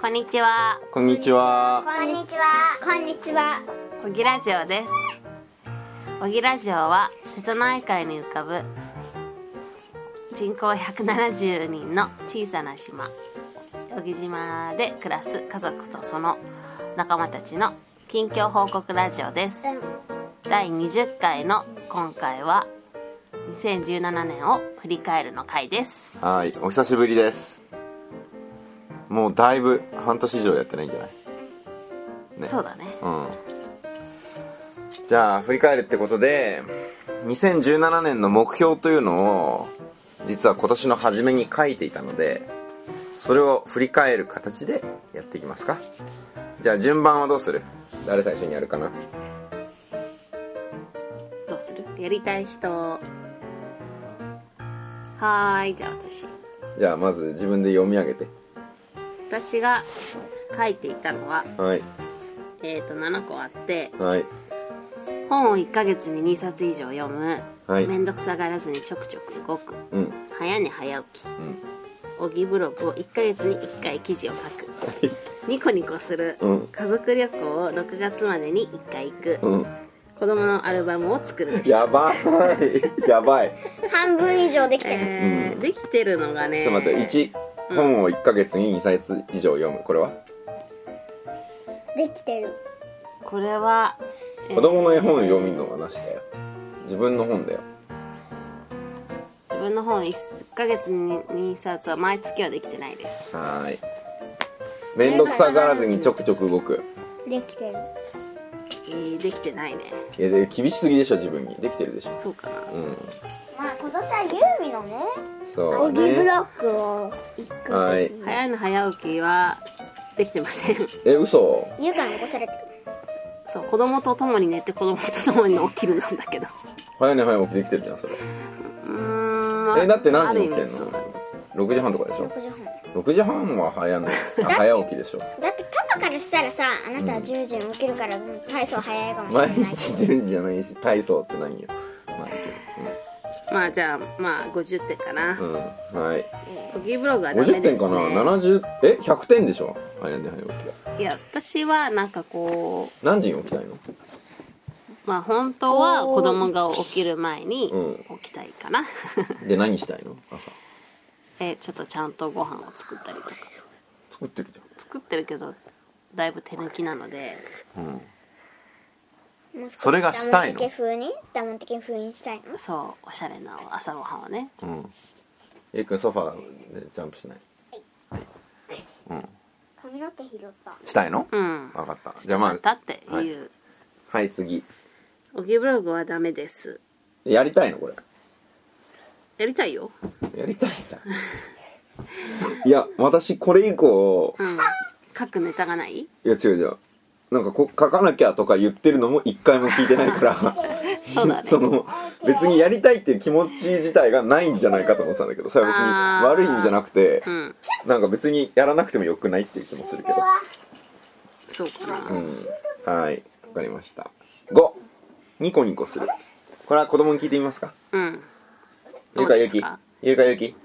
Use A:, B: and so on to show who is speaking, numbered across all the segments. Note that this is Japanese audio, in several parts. A: こんにちは。
B: こんにちは。
C: こんにちは。こんにちは。
A: 小木ラジオです。小木ラジオは瀬戸内海に浮かぶ人口170人の小さな島小木島で暮らす家族とその仲間たちの近況報告ラジオです。第20回の今回は2017年を振り返るの回です。
B: はい、お久しぶりです。もうだいぶ半年以上やってないんじゃない。ね
A: そうだね。
B: うん。じゃあ振り返るってことで、2017年の目標というのを実は今年の初めに書いていたので、それを振り返る形でやっていきますか。じゃあ順番はどうする？誰最初にやるかな？
A: どうするやりたい人。はーい、じゃあ私。
B: じゃあまず自分で読み上げて。
A: 私が書いていたのは、
B: はい
A: えー、と7個あって
B: はい
A: 本を1ヶ月に2冊以上読む、
B: はい
A: めんどくさがらずにちょくちょく動く
B: うん。
A: 早寝早起き小木、ブログを1ヶ月に1回記事を書くニコニコする、
B: うん
A: 家族旅行を6月までに1回行く、
B: うん。
A: 子供のアルバムを作るでした、
B: やばい やばい。
C: 半分以上できてる。
A: えーできてるのがね
B: ちょっと待って、1、本を1ヶ月に2冊以上読む。これは
C: できてる。
A: これは
B: 子供の絵本を読むのはなしだよ。自分の本だよ。
A: 自分の本1ヶ月に2冊は毎月はできてないです
B: はーい。めんどくさがらずにちょくちょく動く。
C: できてる。
A: えーできてないね
B: いや、で厳しすぎでしょ、自分に。できてるでしょ。
A: そうかな
B: うん。
C: まあ今年はユーミのね、
B: そ
C: オ
B: う
C: ギブ
B: ね。
C: ロックを一個。
B: はい。
A: 早寝早起きはできてません
B: え、嘘
C: ゆうかに起こされてる。
A: そう子供と共に寝て子供と共に起きるなんだけど
B: 早寝早起きできてるじゃん、それ。
A: うーんまあ
B: え、だって何時に起き
A: あ
B: て
A: る意
B: ん
A: 味そうだね
B: の ?6 時半とかでしょ
C: 六時半
B: ?6 時半は 早寝、あ早起きでしょ。
C: だってパパからしたらさ、あなたは10時に起きるから体操早いかもしれ
B: 毎
C: ない。
B: 日10時じゃないし、体操って何よ。まあいい
A: まあじゃあまあ50点かな
B: けどうん。はい。
A: 小木、ブログはダメで
B: 50点
A: すね
B: かな、70え100点でしょあれね早起きが
A: いや私はなんかこ
B: 何時に起きたいの
A: うまあ本当は子供が起きる前に
B: う
A: 起きたいかな、
B: で何したいの朝
A: えちょっとちゃんとご飯を作ったりとか
B: 作ってるじ
A: 作ってるけどだいぶ手抜きなので
B: ゃん、うん、
C: もう少し
B: それがしたいの
C: ダモン的風にダモン的風にしたいの
A: そうおしゃれな朝ごはんをね
B: うん。えいくんソファーでジャンプしない
C: 髪の毛拾った。
B: したいの、
A: うん
B: 分かったじゃあま
A: また
B: あ
A: っていう、
B: はい次
A: オギブログはダメです
B: やりたいのこれ
A: やりたいよ
B: やりたい んだいや私これ以降
A: うん書くネタがない
B: いや違う違うなんかこ書かなきゃとか言ってるのも一回も聞いてないから
A: そう だね
B: その別にやりたいっていう気持ち自体がないんじゃないかと思ってたんだけどそれは別に
A: あー
B: 悪い意味じゃなくて、
A: うん
B: なんか別にやらなくてもよくないっていう気もするけど。
A: そうかな、
B: うん。はい。わかりました。5! ニコニコする。これは子供に聞いてみますか
A: うん
B: ゆう
A: ど
B: か
A: うで
B: ゆ
A: す
B: き
A: か。
B: ゆうかゆき。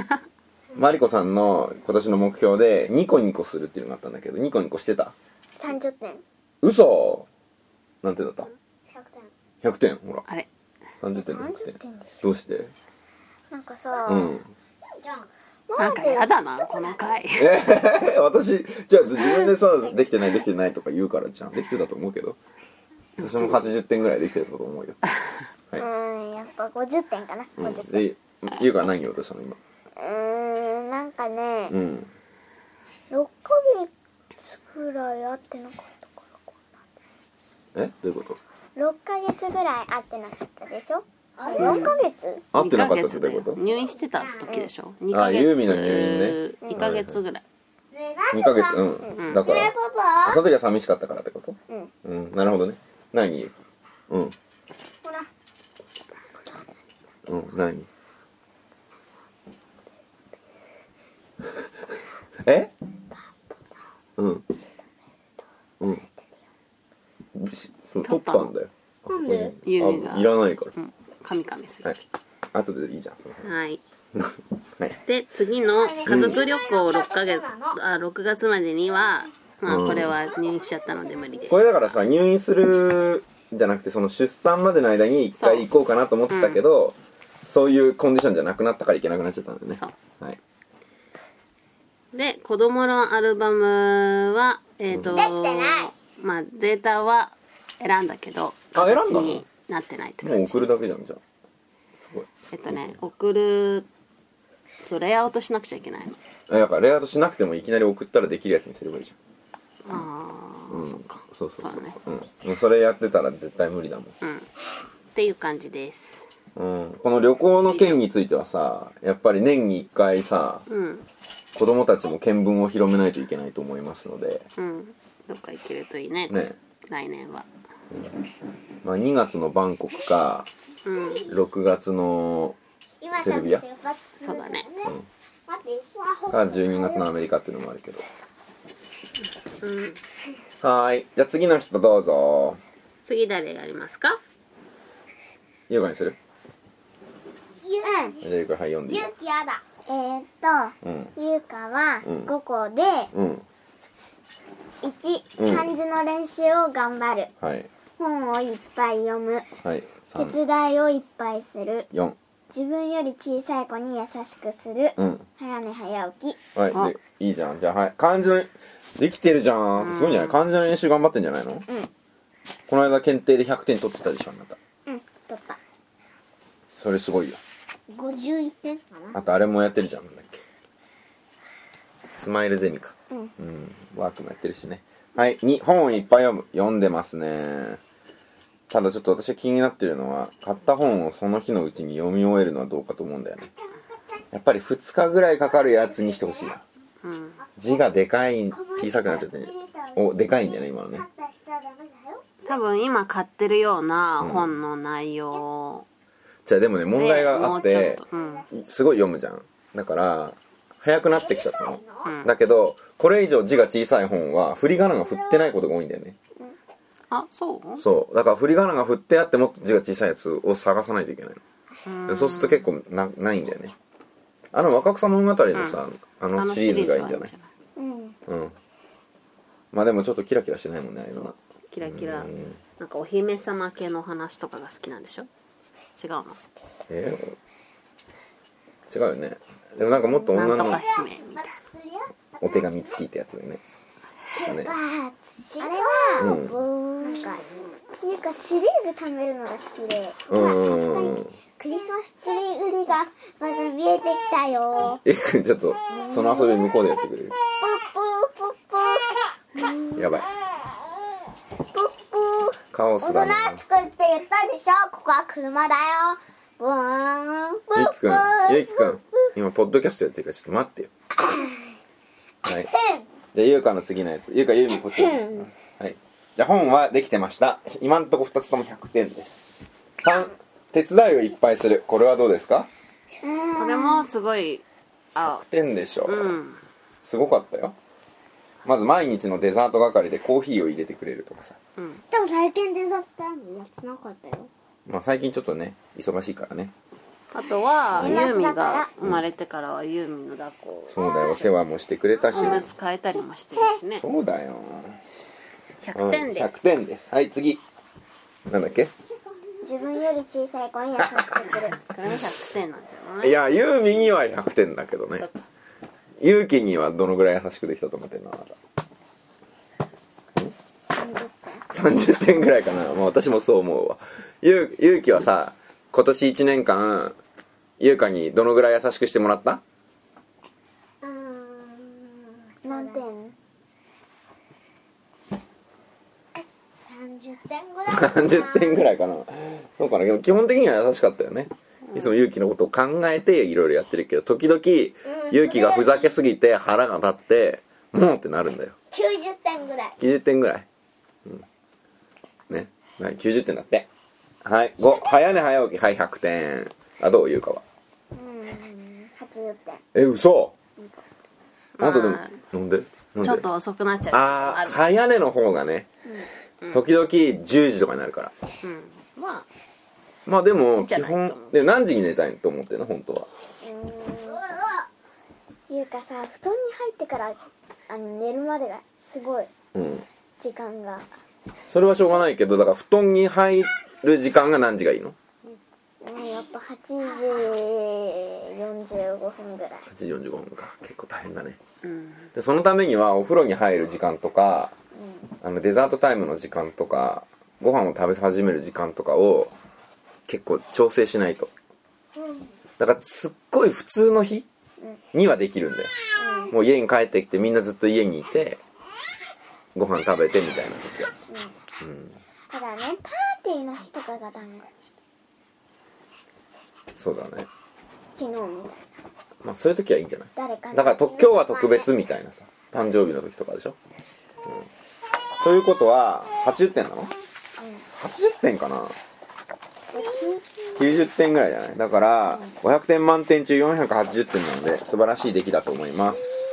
B: マリコさんの今年の目標でニコニコするっていうのがあったんだけど、ニコニコしてた
C: 30点。
B: 嘘なんてだった
C: 100点。
B: ?100 点、ほら。
A: あれ
B: 30点、
C: 30
B: 6点。
C: 点でし
B: どうして
C: ょ。なんかさ、
B: うん。
C: じゃん。
A: なんかやだなこの回
B: えへへ私、じゃあ自分でさ、できてないできてないとか言うからじゃん。できてたと思うけど。私も80点ぐらいできてたと思うよ。
C: うーん、やっぱ50点かな。
B: うん
C: 50点。
B: で、ゆうかは何を落としたの今。
C: うーん、なんかね、
B: うん。
C: 6ヶ月ぐらい会ってなかったからか
B: えどういうこと
C: な6ヶ月ぐらい会ってなかったでしょ4ヶ月
B: 合ってなかった
A: 2
B: ってどういうこ
A: ヶ月だよ入院してた時でしょ2
B: あ
A: ヶ月
B: ユーミンの入
A: 2ヶ月ぐらい、
B: と ?2 ヶ月、うん。だから、
C: パ
B: その時は寂しかったからってこと
C: うん
B: うん、なるほどね。何うん。
C: ほら
B: うん、何えうん。うん。しそう取ったんだよ。
C: なんで
A: ユーミン
B: あい
A: が
B: らないから。
A: カミカミす
B: は
A: る
B: い。後でいいじゃん。その
A: はい
B: はい
A: で次の家族旅行6ヶ月、あ6月までにはまあこれは入院しちゃったので無理です
B: これだからさ入院するじゃなくてその出産までの間に一回行こうかなと思ってたけどそう,、いうコンディションじゃなくなったから行けなくなっちゃったんだよね
A: そう
B: はい
A: で子供のアルバムはえっ、と
C: できてない
A: まあデータは選んだけど
B: あ選んだの
A: 形になってないって
B: もう
A: 感じ
B: 送るだけじゃんじゃあすごい
A: えっとね送るそうレイアウトしなくちゃいけないの
B: あだからレイアウトしなくてもいきなり送ったらできるやつにすればいいじ
A: ああ、
B: ゃん、うん、
A: そっか
B: そうそうそう
A: だね
B: そう、うん、それやってたら絶対無理だもん
A: うんっていう感じです
B: うん、この旅行の件についてはさやっぱり年に1回さ
A: うん
B: 子供たちも見聞を広めないといけないと思いますので、
A: うんどっか行けるといいね
B: ね
A: 来年は
B: まあ、2月のバンコクか
A: うん
B: 6月の
C: 今
B: セルビア
A: そうだね
B: うん
C: 待ってスマホ
B: か12月のアメリカっていうのもあるけど
A: うん
B: はーいじゃあ次の人どうぞ
A: 次誰がありますか
B: 優香にする
C: うん
B: じゃあ優香はい読んでいいよ
C: 勇気やだえー、っ
B: うん
C: と優香は
B: うん
C: 5個で
B: うん
C: 1、
B: うん
C: 漢字の練習を頑張る
B: はい
C: 本をいっぱい読む
B: はい
C: 手伝いをいっぱいする
B: 34
C: 自分より小さい子に優しくする、
B: うん
C: 早寝早起き
A: あ
B: はいでいいじゃんじゃあはい漢字のできてるじゃんすごいんじゃない漢字の練習頑張ってんじゃないの
C: うん
B: この間検定で100点取ってたでしょあなた
C: うん取った
B: それすごいよ
C: 51点か
B: あとあれもやってるじゃんなんだっけスマイルゼミか
C: うん
B: うんワークもやってるしねはいに本をいっぱい読む読んでますねただちょっと私が気になってるのは買った本をその日のうちに読み終えるのはどうかと思うんだよねやっぱり2日ぐらいかかるやつにしてほしいな
A: うん
B: 字がでかい小さくなっちゃってねおでかいんだよね今のね
A: 多分今買ってるような本の内容
B: じゃあでもね
A: で、
B: 問題があっ
A: もう
B: て
A: ちょっとうん
B: すごい読むじゃんだから早くなってきちゃったの
A: うん
B: だけどこれ以上字が小さい本は振り仮名が振ってないことが多いんだよね
A: あそう
B: そうだから振り仮名が振ってあってもっと字が小さいやつを探さないといけないのそうすると結構なないんだよねあの若草物語のさ、あ
A: あ
B: の
A: の
B: シ
A: シ
B: リ
A: リ
B: ー
A: ーズ
B: ズが
A: はい
B: い
A: いん
B: んじ
A: じ
B: ゃ
A: ゃ
B: な
A: ないい
C: うん
B: うんまあでもちょっとキラキラしてないもんねあれ
A: そう
B: は
A: キラキラなんかお姫様系の話とかが好きなんでしょ違うの
B: えー違うよねでもなんかもっと
A: な
B: 女
A: んとか
B: の
A: 姫みたい
B: お手紙付きってやつだよねだね
C: あ
B: う
C: あれは、
B: ん
C: なんかっていうかシリーズ貯めるのが好きで
B: うん
C: 今
B: うんうん
C: クリスマスツリー海がまだ見えてきたよ
B: えちょっとその遊び向こうでやってくれる
C: プップープップ
B: やばい
C: ープップー
B: カオ
C: お
B: ス
C: と
B: だな
C: なしくって言ったでしょここは車だよブーンブ
B: ゆ
C: ー
B: うきくん
C: ブー
B: ゆうきくん今ポッドキャストやってるからちょっと待ってよはいじゃあゆうかの次のやつゆうかゆうみこっちにはいじゃあ本はできてました今んとこ2つとも100点です3手伝いをいっぱいするこれはどうですか
A: なこれもすごいあ
B: 点でしょう、
A: うん
B: すごかったよまず毎日のデザート係でコーヒーを入れてくれるとかさ
A: うん
C: でも最近デザートタイムやってなかったよ
B: まあ最近ちょっとね忙しいからね
A: あとはユ
C: 夏
A: ー
C: だから
A: ミが生まれてからはユーミの抱っこ
B: そうだよお世話もしてくれたし
A: おむつ替えたりもしてるしね
B: そうだよ
A: 100点で
B: うん、
A: す
B: 100点ですはい次なんだっけ
C: 自分より小さい子に優しく する
A: これも100点なんじゃないい
B: やユーミには100点だけどね
A: そっか
B: ユウキにはどのぐらい優しくできたと思ってんのあなた
C: 30
B: 30点ぐらいかな、まあ、私 もそう思うわユウユウキはさ今年1年間ユウカにどのぐらい優しくしてもらった
C: 点うーん何点30点ぐらいかな
B: 30点ぐらいかなそうかなでも基本的には優しかったよねいつも勇気のことを考えていろいろやってるけど時々勇気がふざけすぎて腹が立ってもうってなるんだよ
C: 90点ぐらい
B: 90点ぐらい、うん、ね、はい、90点だってはい5早寝早起きはい100点あどういうかは
C: うーん80点
B: え嘘
A: ま
B: あ
A: あ
B: んたでもなんでなんで
A: ちょっと遅くなっちゃう
B: ああ
A: る
B: 早寝の方がね、時々10時とかになるから
A: うんまあ
B: まあでも
A: いいんじゃ
B: 基
A: ない
B: 本
A: と思う
B: でも何時に寝たいと思ってるの本当は
C: うーんいうかさ布団に入ってからあの寝るまでがすごい
B: うん
C: 時間が
B: それはしょうがないけどだから布団に入る時間が何時がいいの
C: うんやっぱ8時45分ぐらい
B: ?8 時45分か結構大変だね
A: うん
B: でそのためにはお風呂に入る時間とかあのデザートタイムの時間とかご飯を食べ始める時間とかを結構調整しないとだからすっごい普通の日にはできるんだよもう家に帰ってきてみんなずっと家にいてご飯食べてみたいな時は
C: た だねパーティーの日とかがダメ
B: そうだね
C: 昨日みたいな
B: まあそういう時はいいんじゃない
C: 誰かに
B: だからと今日は特別みたいなさ誕生日の時とかでしょ、うん、ということは80点なの、80点かな
C: で
B: 90点ぐらいじゃないだから500点満点中480点なので素晴らしい出来だと思います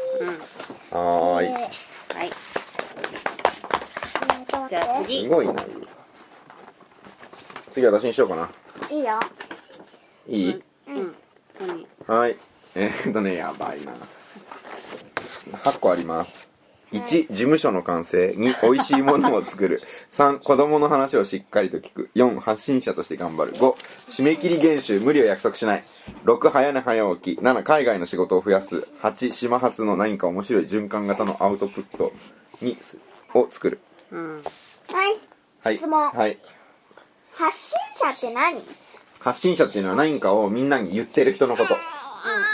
B: はー
C: 休
B: い
C: 憩
A: はい
C: うん
A: じゃあ次
B: すごいな次私にしようかない
C: いよ
B: いい、
A: うん何
B: はいえーっとねやばいな8個あります1事務所の完成2美味しいものを作る3子 供の話をしっかりと聞く4発信者として頑張る5締め切り厳守無理を約束しない6早寝早起き7海外の仕事を増やす8島発の何か面白い循環型のアウトプットにすを作る
A: うん
C: はい
B: はい
C: 質問
B: はい
C: 発信者って何
B: 発信者っていうのは何かをみんなに言ってる人のこと、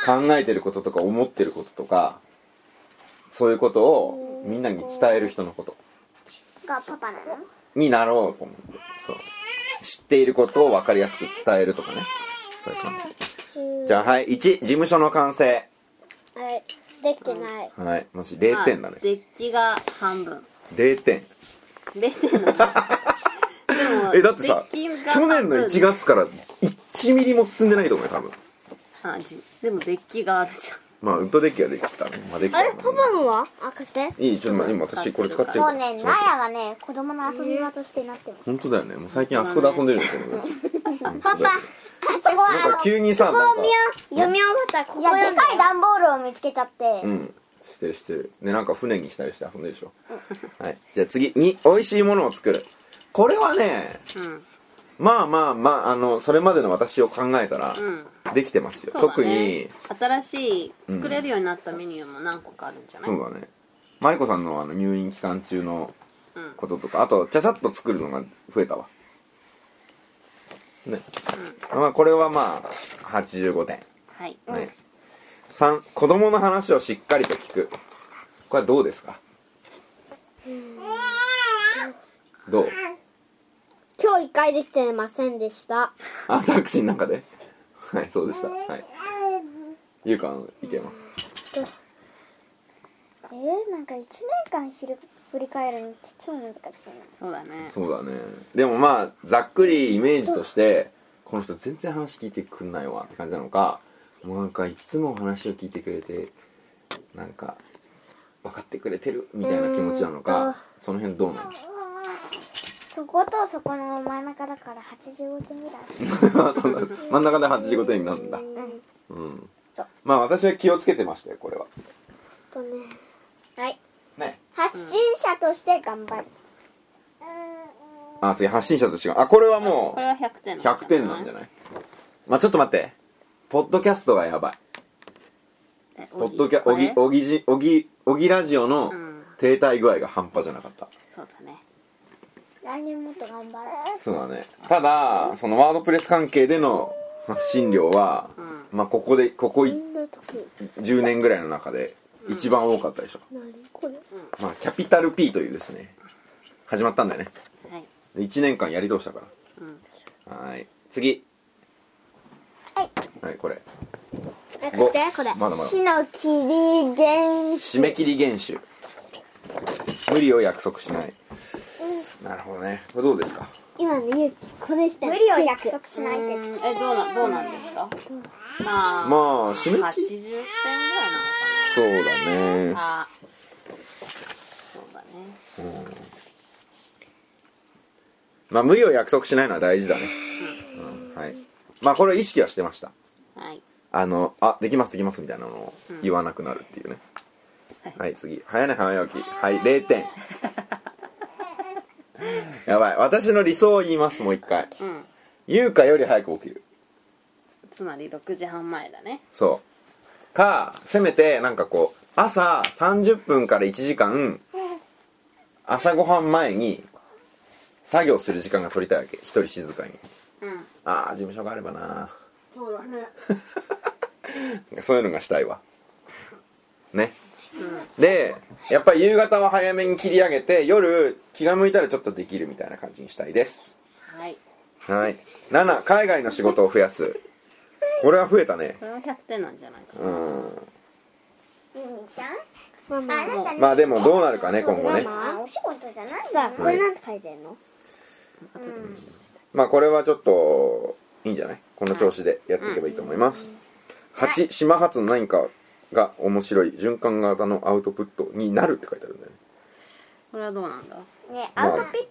B: 考えてることとか思ってることとかそういうことをみんなに伝える人のこと
C: がパパなの
B: になろうと思ってそう知っていることを分かりやすく伝えるとかねそういう感じじゃあはい1事務所の完成
C: はいできてない
B: はいもし0点だね
A: あデッキが半分
B: 0点
A: 0点なのでも
B: えだってさ
A: デッキが
B: 去年の
A: 半分
B: 1月から1ミリも進んでないと思うよ多分
A: あじでもデッキがあるじ
B: まあウッドデッキができたね、まあ、できた
C: あれ
B: んだ
C: パ
B: けど
C: パのはあ貸して
B: いいちょっと待って今私これ使ってる
C: も
B: か
C: うね
B: ら
C: 納屋がね子供の遊び場としてなってます
B: 本当だよねもう最近あそこで遊んでるよね
C: パパあそこ
B: なん
C: は
B: か急にさなんか
C: 読み終わったらここいやでかい段ボールを見つけちゃって
B: うんしてるしてるねなんか船にしたりして遊んでるでしょはいじゃあ次に美味しいものを作るこれはね
A: ゃんうん
B: まあまあまああのそれまでの私を考えたら
A: うん
B: できてますよ、
A: そうだね
B: 特に
A: 新しい作れるようになったメニューも何個かあるんじゃない、
B: そうだねマリコさんのあの入院期間中の
A: うん
B: こととかあとちゃちゃっと作るのが増えたわね、まあこれはまあ85点
A: はい、
B: はい、3子供の話をしっかりと聞くこれはどうですかどう
C: 今日一回できてませんでした
B: あタクシーの中ではいそうでしたはいゆうかの意見は
C: えー、なんか1年間ひる振り返るのって超難しいな
A: そうだね
B: そうだねでもまあざっくりイメージとしてこの人全然話聞いてくんないわって感じなのかもうなんかいつも話を聞いてくれてなんか分かってくれてるみたいな気持ちなの
C: うーん
B: か その辺どうなの
C: そことそこの真ん中だから85点ぐらい
B: そうだ真ん中で85点になるんだ
C: うん
B: うん
C: そう
B: まあ私は気をつけてましたよこれは
C: とねはい
B: ね
C: 発信者として頑張る、
B: あ次発信者と違うあこれはも
A: これは100点
B: う100点なんじゃ
A: ない
B: ないまあちょっと待ってポッドキャストがやばい
A: え
B: ポッドキャ
A: こ
B: おぎ
A: れ
B: おぎじおぎおぎラジオの
A: うん
B: 停滞具合が半端じゃなかった
A: そうだね
C: 来年もっと頑張る
B: そうだねただそのワードプレス関係での発信量は、
A: ん
B: まあここでここい
C: みんな得
B: 10年ぐらいの中で一番多かったでしょ、
C: 何これ
B: まあキャピタル P というですね始まったんだよね
A: はい
B: で1年間やり通したから
A: うん
B: はーい次
C: はい
B: はいこれ
C: え貸してこれ
B: まだまだ
C: 死の切り原子
B: 締め切り厳守無理を約束しないなるほどねこれどうですか
C: 今の勇気これして無理を約束し
A: う
C: ないで
A: ーんえどうなどうなんですかまあ
B: まあ締め
A: 80
B: 切り
A: 点ぐらいな
B: そうだ
A: のか
B: ね
A: なあそうだね
B: まあ無理を約束しないのは大事だね、うんはいまあこれ意識はしてました
A: はい
B: あの「あできますできます」みたいなのを言わなくなるっていうね、はい次早寝早起きはい0点やばい私の理想を言いますもう一回
A: うん
B: 優香より早く起きる
A: つまり6時半前だね
B: そうかせめてなんかこう朝30分から1時間朝ごはん前に作業する時間が取りたいわけ一人静かに
A: うん
B: ああ事務所があればな
A: そうだね
B: なんか そういうのがしたいわね、でやっぱり夕方は早めに切り上げて夜気が向いたらちょっとできるみたいな感じにしたいです
A: はい
B: はい7海外の仕事を増やすこれは増えたね
A: これは100点なんじゃないかな
B: うん
C: ゆみちゃん
D: ママ
C: あなたね
B: まあでもどうなるかね今後ね
C: あお仕事じゃない
D: さ
C: の
D: これなんて書いてんの
B: まあこれはちょっといいんじゃないこの調子でやっていけばいいと思います、8島発の何かが面白い循環型のアウトプットになるって書いてあるんだよね
A: これはどうなんだ
C: ね
B: まあ
C: アウトピッ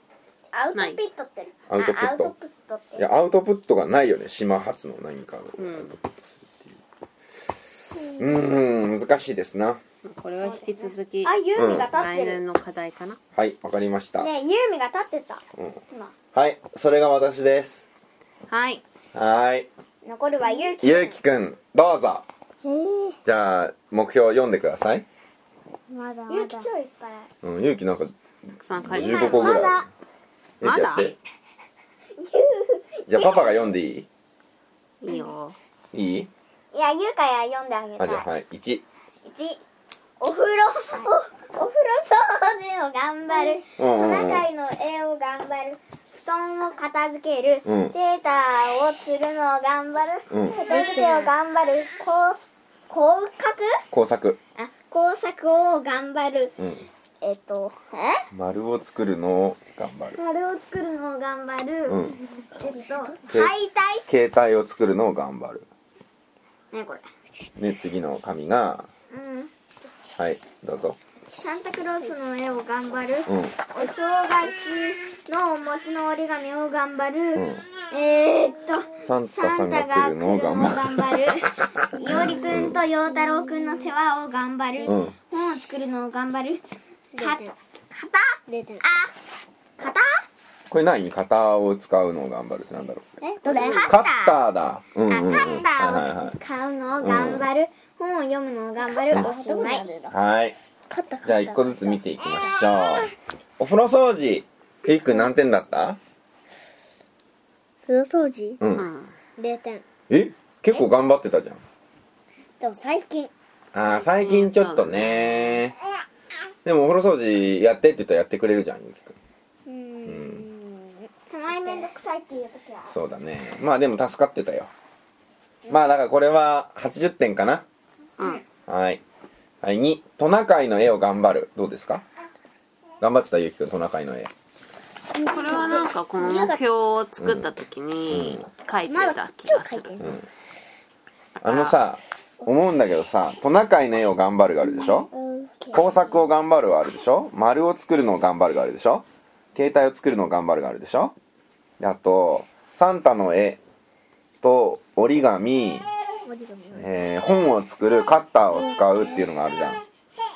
C: アウトピットって
B: アウトプット
C: あアウトプットって
B: いやアウトプットがないよね島発の何かをアウトプットするっていううーん難しいですな
A: これは引き続き
C: あユーミが立って
A: 来
C: る
A: 年の課題かな
B: はいわかりました、
C: ねユーミが立ってた
B: うん、
C: 今
B: はいそれが私です
A: はい
B: はーい
C: 残るはゆうき
B: ゆうきくんどうぞ
D: えー、
B: じゃあ目標読んでください、
D: まだまだ
C: ゆうき超いっぱい
B: うん、ゆうきなんか
A: たくさん書いてあ
B: 15
A: る
B: 個ぐらいある
A: まだ
B: ゆうきやってじゃあパパが読んでいい
A: いいよ
B: いい
C: いやゆうかや読んであげた
B: あ
C: い
B: じゃあはい1
C: 一お風呂おお風呂掃除を頑張る
B: うん
C: ト
B: うんう
C: ナ
B: ん
C: カイの絵を頑張る布団を片付ける、
B: うん
C: セーターを釣るのを頑張る、
B: うん
C: 片付けを頑張るこう工作
B: 工作
C: あ工作を頑張る
B: うん
C: えっとえ
B: 丸を作るのを頑張る
C: 丸を作るのを頑張る、
B: うん
C: えっと
B: け
C: 敗退
B: 携帯を作るのを頑張る
C: ねこれ
B: で次の紙が
C: うん
B: はいどうぞ
C: サンタクロースの絵を頑張る、
B: うんうん
C: お正月のお餅の折り紙を頑張る、えー、っと
B: サンタ
C: サ
B: さ
C: ン
B: んが
C: タが
B: 来
C: 来る
B: る
C: の
B: の
C: を
B: を
C: 頑
B: 頑張
C: 張る。いおりくんと陽太郎くんの世話を頑張る。
B: るうん
C: 本を作るのを頑張る。か、
D: 0
C: か
D: 点
C: た、
D: 0点
C: あ、かた、
B: これ何型を使うのを頑張るってなんだろう
D: えどうだよ
C: カッ
B: カッ
C: ター。
B: ターだうんうんうん
C: あ、カッタ
B: はいはい
C: ーを使うのを頑張る。本を読むのを頑張る。おしまい。
B: はいはい
D: 勝った勝った
B: じゃあ1個ずつ見ていきましょうお風呂掃除ゆいくん何点だった
D: 風呂掃除
B: う
A: うんん
D: 0点
B: え結構頑張ってたじゃん
D: でも最近
B: あー最近ちょっとねでもお風呂掃除やってって言ったらやってくれるじゃんゆうきくん
D: うーん
C: たまにめんどくさいっていう時は。
B: そうだねまあでも助かってたよまあだからこれは80点かな
A: うん
B: はいはい2トナカイの絵を頑張るどうですか頑張ってたゆうきくんトナカイの絵
A: これはなんかこの目標を作った時に書いて
D: ま
A: た
D: だ
A: 気
D: 超
A: が
D: 書
A: す
D: いて
A: る
D: ん
B: う
D: の
B: んあのさ思うんだけどさトナカイの絵を頑張るがあるでしょ
D: うん
B: 工作を頑張るはあるでしょ丸を作るのを頑張るがあるでしょ携帯を作るのを頑張るがあるでしょであとサンタの絵と折り紙、
D: 折り紙
B: えー本を作るカッターを使うっていうのがあるじゃん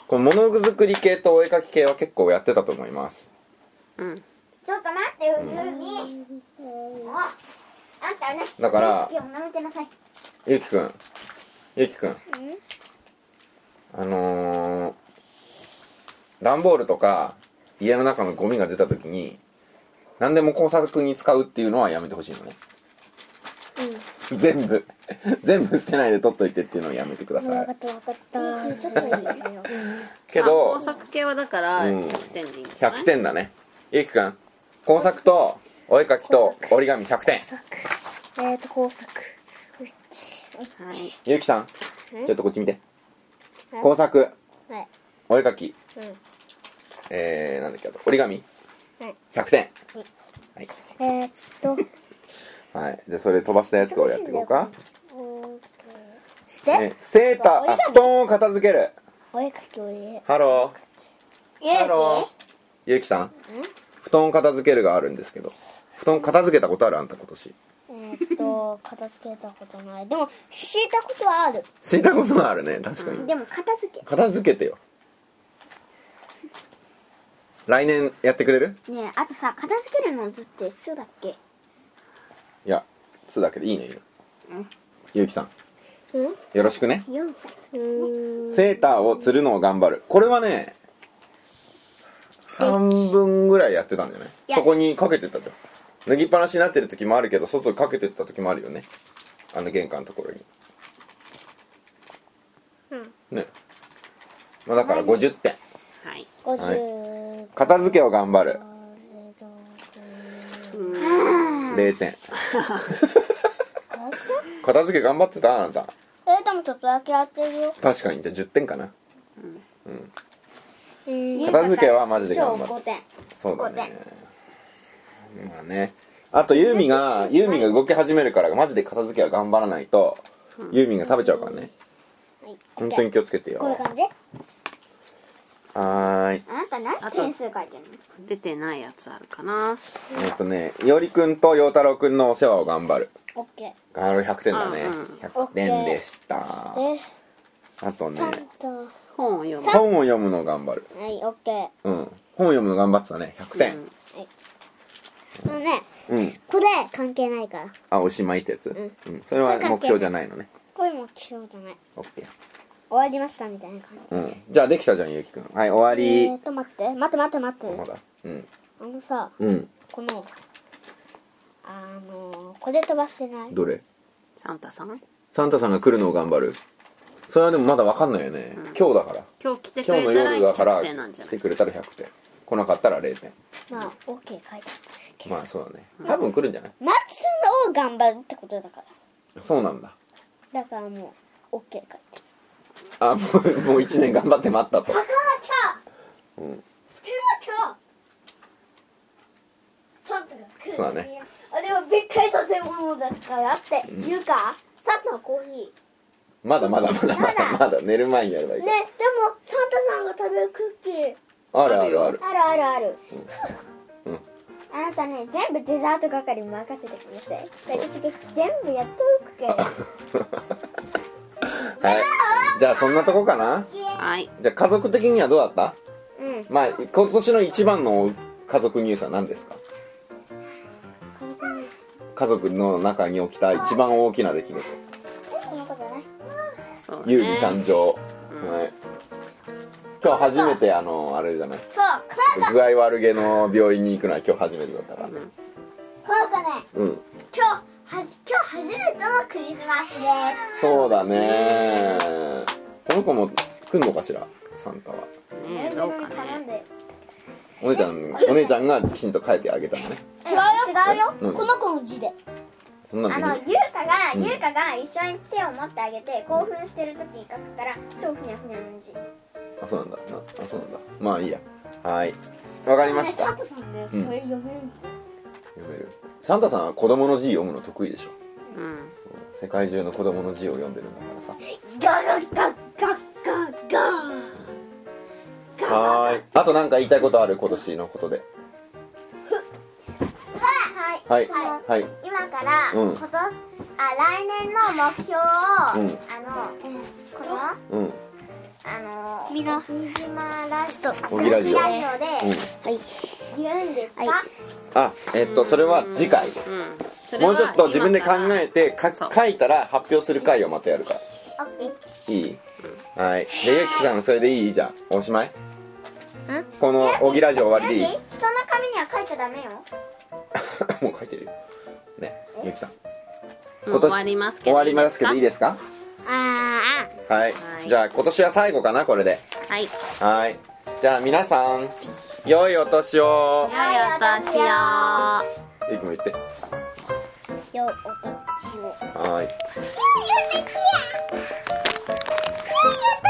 B: このもの作り系とお絵描き系は結構やってたと思います
A: うん
C: ちょっと待ってよ、ゆうみ。お、あんたね。
B: だから
C: さっきを舐めてなさい。
B: ゆうきくんゆうきくんあのー、段ボールとか家の中のゴミが出た時に何でも工作に使うっていうのはやめてほしいのね全部 全部捨てないで取っといてっていうのをやめてくだ
D: うん
B: さ
D: わか
B: い
D: ったわかったちょっといいよ
B: け
A: あ
B: ど
A: 工作系はだから
B: うん
A: 100点でいいんじゃない
B: 100点だねゆうきくん工作とお絵描きと折り紙100点
D: えーと工作うち
A: はい
B: ゆうきさん
D: え
B: ちょっとこっち見て
D: え
B: 工作
D: はい
B: お絵描き
D: うん
B: えー、なんだっけあと折り紙
D: はい
B: 100点
D: えーっと
B: はいじゃあそれ飛ばしたやつをやっていこうか、
D: うん
B: ね、セーターあ布団を片付ける
D: お絵描きを入れ
B: ハロ
C: ゆ
B: ーハローゆうきさん布団を片付けるがあるんですけど布団片付けたことあるあんた今年
D: ええーっと片付けたことないでも敷いたことはある
B: 敷いたことがあるね確かに、
C: でも片付け
B: 片付けてよ来年やってくれる
C: ねえあとさ片付けるの図って数だっけ
B: いや「つ」だけでいいね今
A: うん
B: ゆうきさん
D: うん
B: よろしくね
C: 4歳
D: うーん
B: セーターを釣るのを頑張るこれはね半分ぐらいやってたんじゃない
C: いや
B: そこにかけてったじゃん脱ぎっぱなしになってる時もあるけど外にかけてった時もあるよねあの玄関のところにねまあだから50点
A: はい
D: 50、
B: は
D: え
B: 片付けを頑張る
D: ーっと
B: 0点
D: 片付
B: 片付け頑張ってたあなた
D: けえー、でもちょっとだけやってるよ
B: 確かにじゃあ10点かな
D: えー、
B: 片付けはマジで頑張
C: 超
B: る
C: 5点
B: そうだねまあねあとユーミがユーミが動き始めるからマジで片付けは頑張らないとユーミが食べちゃうからね
D: はい
B: 本当に気をつけてよ
D: こういう感じ
B: はーい
C: あなた何点数書いてんの
A: 出てないやつあるかな
B: えっとねいおりくんと陽太郎くんのお世話を頑張る
D: オッケ
B: あれ100点だね
A: うんうん
B: 100点でした
D: ーで
B: あとね
D: サンタは
A: 本を読む
B: 本を読むのを頑張る
D: いオッケー
B: うん本を読むの頑張ってたね100点
D: あのね
B: うん
D: これ関係ないから
B: あおしまいってやつ
D: う
B: うんそれは目標じゃないのね
D: これも希少じゃない
B: OK
D: 終わりましたみたいな感じ
B: うんじゃあできたじゃんゆうきくんはい終わ
D: え
B: り
D: ー、と待って待って待って待っ
B: ま
D: て
B: だうん
D: あのさ
B: うん
D: このあのこれ飛ばしてない
B: どれ
A: サンタさん
B: サンタさんが来るのを頑張るそれはでもまだわかんないよね、今日だから
A: 今日来てく
B: 今日の
A: れたら
B: 夜だから
A: 100点なんじゃ
B: 来
A: な
B: て
A: い
B: くれたら100点来なかったら0点
D: まあ OK 書いてある
B: まあそうだね多分来るんじゃない
D: 待つのを頑張るってことだか
B: そうなんだ
D: らだからもう OK 書いて
B: あもうもう1年頑張って待ったとうん
C: サンタが来る
B: そうだね
C: あれはびっくりさせるものだからって言うかサンタのコーヒー
B: まだまだまだまだまだ寝る前にやればいいか
C: ねでもサンタさんが食べるクッキー
B: らあるあるある
C: あるあるある
B: うんうん
C: あなたね全部デザート係に任せてください私が全部やっとくけど
B: はいじゃあそんなとこかな
A: はい
B: じゃあ家族的にはどうだった
C: うん
B: まあ今年の一番の家族ニュースは何ですか家族の中に起きた一番大きな出来事
C: そんなことない
A: そうだ
B: ユーミ
A: ね
B: 誕生、はい今日初めてあのあれじゃない
C: そう
B: 具合悪げの病院に行くのは今日初めてだったからね
C: 今回ね
B: うん
C: 今日は今日初めてのクリスマスです
B: そうだねこの子も来んのかしらサンタは
A: ねえどうかね
C: んで
B: お姉ちゃんお姉ちゃんがきちんと書いてあげたのね
D: 違うよ
B: うん
D: この子の字で
B: そんな
C: あ
B: の
C: の
B: いい
C: ゆうかが、
B: うん
C: ゆうかが一緒に手を持ってあげて興奮してる時に書くから超ふにゃふにゃの字
B: あそうなんだなあそうなんだまあいいやはいわかりました
D: サン
B: 読
D: タさんねそれ読めん
B: めるサンタさんは子供の字読むの得意でしょ
A: うん
B: 世界中の子供の字を読んでるんだからさ
C: ガガガガガガ
B: はーいあと何か言いたいことある今年のことでは
C: はい、
B: い
C: 最後
B: はい
C: 今から
B: うん
C: 今年、あ来年の目
B: う
C: 標を、
B: ん
C: あのこの
B: うん
C: あの
D: みんな
C: 小島ラジ
D: ちょっと
B: 小木ラジオ
C: 小木ラジオ
B: うん
C: で
D: はい
C: 言うんですか、
D: は
B: あえっとそれは次回
A: うんそれは
B: もうちょっと自分で考えてか
A: そう
B: 書いたら発表する回をまたやるから
C: オッケー
B: いいはいでゆきさんそれでいいじゃんおしまいこの「おぎラジオ」終わりでいい
C: 何人の紙には書いちゃダメよ
B: もう書いてるよねゆきさん
A: もう終わりますけど
B: 終わりますけどいい
A: で
B: ですか
C: あー
B: はい
A: はい
B: じゃあ今年は最後かなこれです
A: かはい
B: はいじゃあ皆さん良いお年を
A: 良いお年を
B: ゆきも言って
D: よおたちを
B: はい
C: あー